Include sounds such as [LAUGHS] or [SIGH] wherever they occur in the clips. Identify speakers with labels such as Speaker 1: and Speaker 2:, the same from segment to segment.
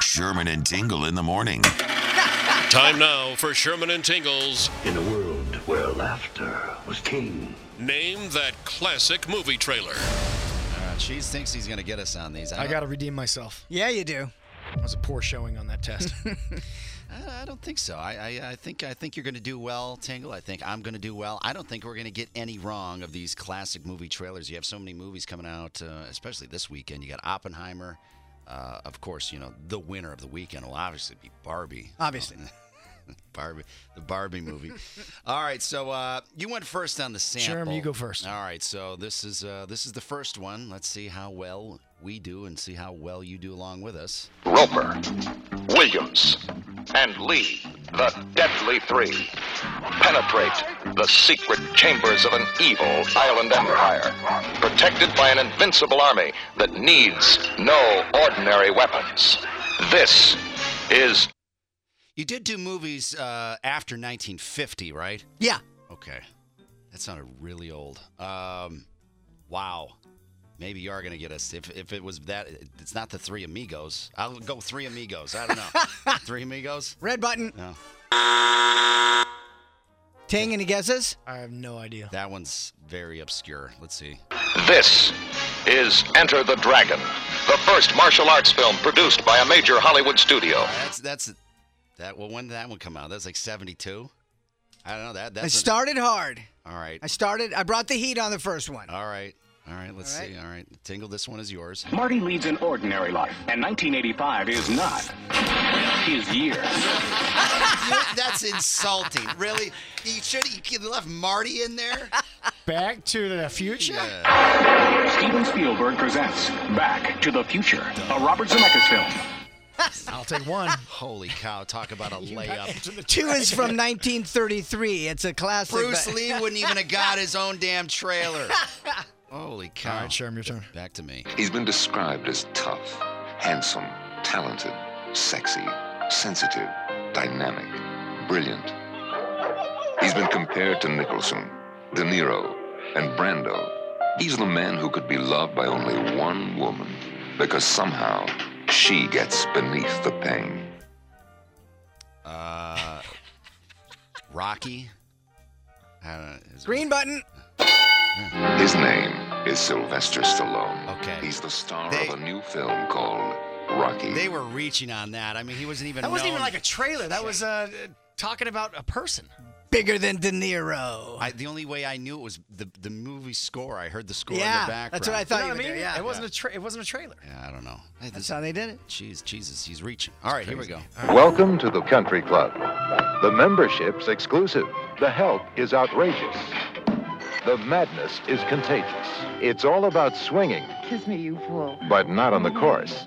Speaker 1: Sherman and Tingle in the morning.
Speaker 2: Time now for Sherman and Tingles.
Speaker 3: In a world where laughter was king.
Speaker 2: Name that classic movie trailer.
Speaker 4: All right, she thinks he's going to get us on these.
Speaker 5: I got to redeem myself.
Speaker 6: Yeah, you do.
Speaker 5: That was a poor showing on that [LAUGHS] test.
Speaker 4: I I don't think so. I, I, I think I think you're going to do well, Tingle. I think I'm going to do well. I don't think we're going to get any wrong of these classic movie trailers. You have so many movies coming out, uh, especially this weekend. You got Oppenheimer. Uh, of course, you know the winner of the weekend will obviously be Barbie.
Speaker 6: Obviously.
Speaker 4: [LAUGHS] Barbie, the Barbie
Speaker 5: [LAUGHS]
Speaker 4: movie. All right, so uh, you went first on the sample.
Speaker 5: Sherm, you go first.
Speaker 4: All right, so this is uh, this is the first one. Let's see how well we do and see how well you do along with us.
Speaker 7: Roper, Williams, and Lee, the deadly three, penetrate the secret chambers of an evil island empire, protected by an invincible army that needs no ordinary weapons. This is
Speaker 4: You did do movies uh, after 1950, right?
Speaker 6: Yeah.
Speaker 4: Okay, that sounded really old. Um, wow. Maybe you are going to get us. If, if it was that, it's not the Three Amigos. I'll go Three Amigos. I don't
Speaker 6: [LAUGHS]
Speaker 4: know. three Amigos?
Speaker 6: Red button.
Speaker 4: No.
Speaker 6: Ting, any guesses?
Speaker 5: I have no idea.
Speaker 4: That one's very obscure. Let's see.
Speaker 7: This is Enter the Dragon, the first martial arts film produced by a major Hollywood studio.
Speaker 4: That's that's that. Well, when did that one come out? That's like '72. I don't know that. That's
Speaker 6: I
Speaker 4: a-
Speaker 6: started hard.
Speaker 4: all right.
Speaker 6: I started. I brought the heat on the first one.
Speaker 4: All right. All right. Let's
Speaker 6: All right.
Speaker 4: see. All right. Tingle, this one is yours.
Speaker 8: Marty leads an ordinary life, and 1985 is not his year.
Speaker 4: That's insulting. Really? You should you left Marty in there. [LAUGHS]
Speaker 5: Back to the future?
Speaker 8: Steven Spielberg presents Back to the Future, a Robert Zemeckis film.
Speaker 5: I'll take one.
Speaker 4: Holy cow! Talk about a layup.
Speaker 6: Two is from 1933. It's a classic.
Speaker 4: Bruce
Speaker 6: but-
Speaker 4: Lee wouldn't even have got his own damn trailer. Holy cow!
Speaker 5: All right, Sherm, your turn.
Speaker 4: Back to me.
Speaker 9: He's been described as tough, handsome, talented, sexy, sensitive, dynamic, brilliant. He's been compared to Nicholson, De Niro, and Brando. He's the man who could be loved by only one woman because somehow she gets beneath the pain.
Speaker 4: Uh, Rocky. I don't know. Is-
Speaker 6: Green button.
Speaker 9: His name is Sylvester Stallone.
Speaker 4: Okay.
Speaker 9: He's the star
Speaker 4: They-
Speaker 9: of a new film called Rocky.
Speaker 4: They were reaching on that. I mean, he wasn't even.
Speaker 5: That wasn't
Speaker 4: known.
Speaker 5: even [LAUGHS] like a trailer. That was uh, talking about a person.
Speaker 6: Bigger than De Niro.
Speaker 4: I, the only way I knew it was the the movie score. I heard the score in
Speaker 6: yeah,
Speaker 4: the background.
Speaker 6: that's what I thought
Speaker 5: You
Speaker 6: you,
Speaker 5: know
Speaker 6: would
Speaker 5: what I
Speaker 6: do.
Speaker 5: mean?
Speaker 6: Yeah.
Speaker 5: It wasn't a tra- it wasn't a trailer.
Speaker 4: Yeah, I don't know. Hey, this-
Speaker 6: That's how they did it.
Speaker 4: Jeez, Jesus, he's reaching. All right, here we go.
Speaker 10: Welcome to the Country Club. The membership's exclusive. The help is outrageous. The madness is contagious. It's all about swinging,
Speaker 11: Kiss me, you fool.
Speaker 10: but not on the course.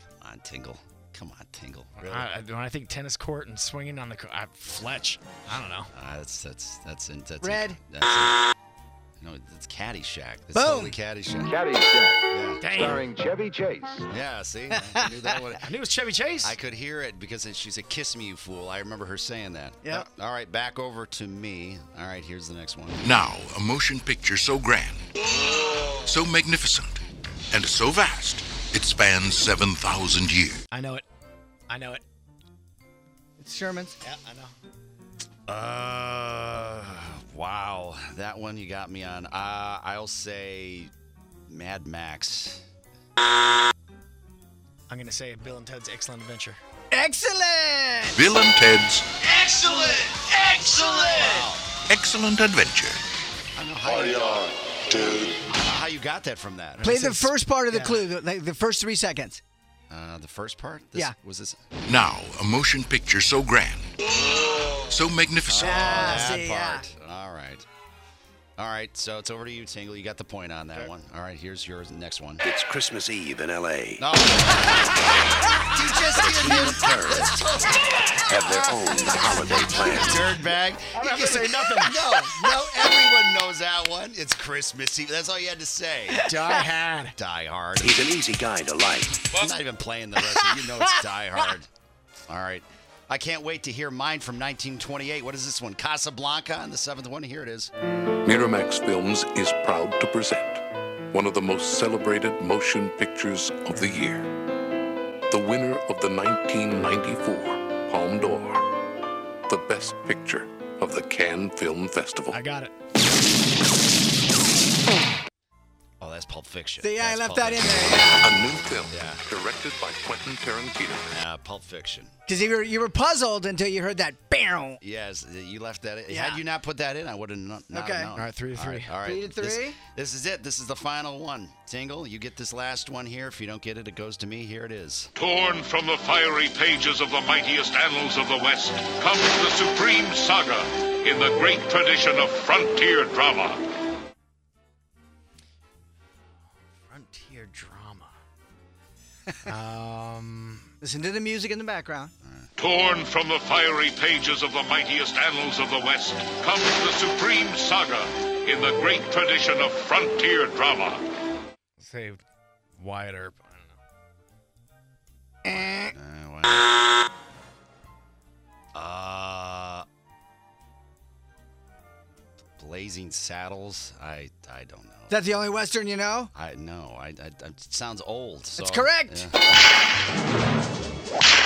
Speaker 4: Come on, Tingle. Come on, Tingle.
Speaker 5: I, I- when I think tennis court and swinging on the co- I, Fletch, I don't know.
Speaker 4: Ah, that's that's that's in, that's
Speaker 6: Red.
Speaker 4: In, that's in, no, it's Caddyshack. That's totally
Speaker 6: Boom.
Speaker 4: Caddyshack.
Speaker 10: Caddyshack,
Speaker 4: Yeah,
Speaker 5: Damn.
Speaker 10: starring Chevy Chase.
Speaker 4: yeah. See,
Speaker 6: [LAUGHS]
Speaker 4: I knew that one.
Speaker 5: I knew it was Chevy Chase.
Speaker 4: I could hear it because it- she said, "Kiss me, you fool." I remember her saying that.
Speaker 6: Yep.
Speaker 4: Uh, All right, back over to me. All right, here's the next one.
Speaker 1: Now, a motion picture so grand, so magnificent, and so vast, it spans 7,000 years.
Speaker 5: I know it. I know it.
Speaker 6: It's Sherman's.
Speaker 5: Yeah, I know.
Speaker 4: Uh, wow, that one you got me on. Uh, I'll say Mad Max.
Speaker 5: I'm gonna say Bill and Ted's Excellent Adventure.
Speaker 6: Excellent.
Speaker 1: Bill and Ted's Excellent, Excellent, Excellent Adventure.
Speaker 4: I don't know how you, I don't know how Ah, you got that from that.
Speaker 6: Play the first part of the
Speaker 5: Yeah.
Speaker 6: clue, the, like, the first three seconds.
Speaker 4: Uh, the first part. This,
Speaker 6: Yeah.
Speaker 4: Was this?
Speaker 1: Now, a motion picture so grand, so magnificent,
Speaker 6: Ah,
Speaker 4: that
Speaker 6: see, yeah.
Speaker 4: part. All right. All right, so it's over to you, Tingle. You got the point on that one. All right, here's your next one.
Speaker 5: [LAUGHS]
Speaker 3: It's Christmas Eve in LA.
Speaker 4: No.
Speaker 7: have their own holiday plans.
Speaker 4: Dirtbag.
Speaker 5: I don't have to say nothing.
Speaker 4: [LAUGHS] no, no, everyone knows that one. It's Christmas Eve. That's all you had to say.
Speaker 5: Die Hard.
Speaker 4: [LAUGHS] Die Hard.
Speaker 7: He's an easy guy to like.
Speaker 4: I'm not even playing the rest of it. You know it's
Speaker 5: [LAUGHS]
Speaker 4: Die Hard. All right. I can't wait to hear mine from 1928. What is this one? Casablanca on the seventh one? Here it is.
Speaker 1: Miramax Films is proud to present one of the most celebrated motion pictures of the year. The winner of the 1994 Palme d'Or, the best picture of the Cannes Film Festival.
Speaker 5: I got it.
Speaker 4: Oh, that's Pulp Fiction.
Speaker 6: See, I
Speaker 4: That's
Speaker 6: left
Speaker 4: Pulp
Speaker 6: that in
Speaker 4: Fiction.
Speaker 6: there. Yeah.
Speaker 1: A new film
Speaker 4: Yeah.
Speaker 1: directed by Quentin Tarantino.
Speaker 4: Uh, Pulp Fiction.
Speaker 6: Because you were, you were puzzled until you heard that. Bam.
Speaker 4: Yes, you left that in.
Speaker 6: Yeah.
Speaker 4: Had you not put that in, I would have not, not
Speaker 6: Okay.
Speaker 4: known.
Speaker 5: All right, three to three.
Speaker 4: All right.
Speaker 6: Three to
Speaker 4: This-
Speaker 6: three?
Speaker 4: This, is it. This is the final one. Tingle, you get this last one here. If you don't get it, it goes to me. Here it is.
Speaker 11: Torn from the fiery pages of the mightiest annals of the West comes the supreme saga in the great tradition of frontier drama.
Speaker 5: Frontier drama. um,
Speaker 6: Listen to the music in the background.
Speaker 11: Torn from the fiery pages of the mightiest annals of the West comes the supreme saga in the great tradition of frontier drama.
Speaker 5: say Wyatt Earp. I don't know.
Speaker 4: Uh, wow. Uh, Blazing Saddles. I I don't know.
Speaker 6: Is that the only Western you know?
Speaker 4: I know. I, I, I- it sounds old. So,
Speaker 6: That's correct.
Speaker 4: yeah.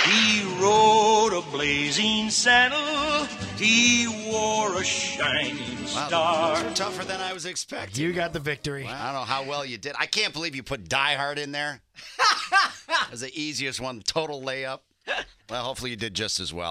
Speaker 12: He rode a blazing saddle. He wore a shining
Speaker 4: Wow,
Speaker 12: star.
Speaker 4: those were tougher than I was expecting.
Speaker 5: You got the victory.
Speaker 4: Wow, I don't know how well you did. I can't believe you put Die Hard in there. That was the easiest one. Total layup. Well, hopefully you did just as well.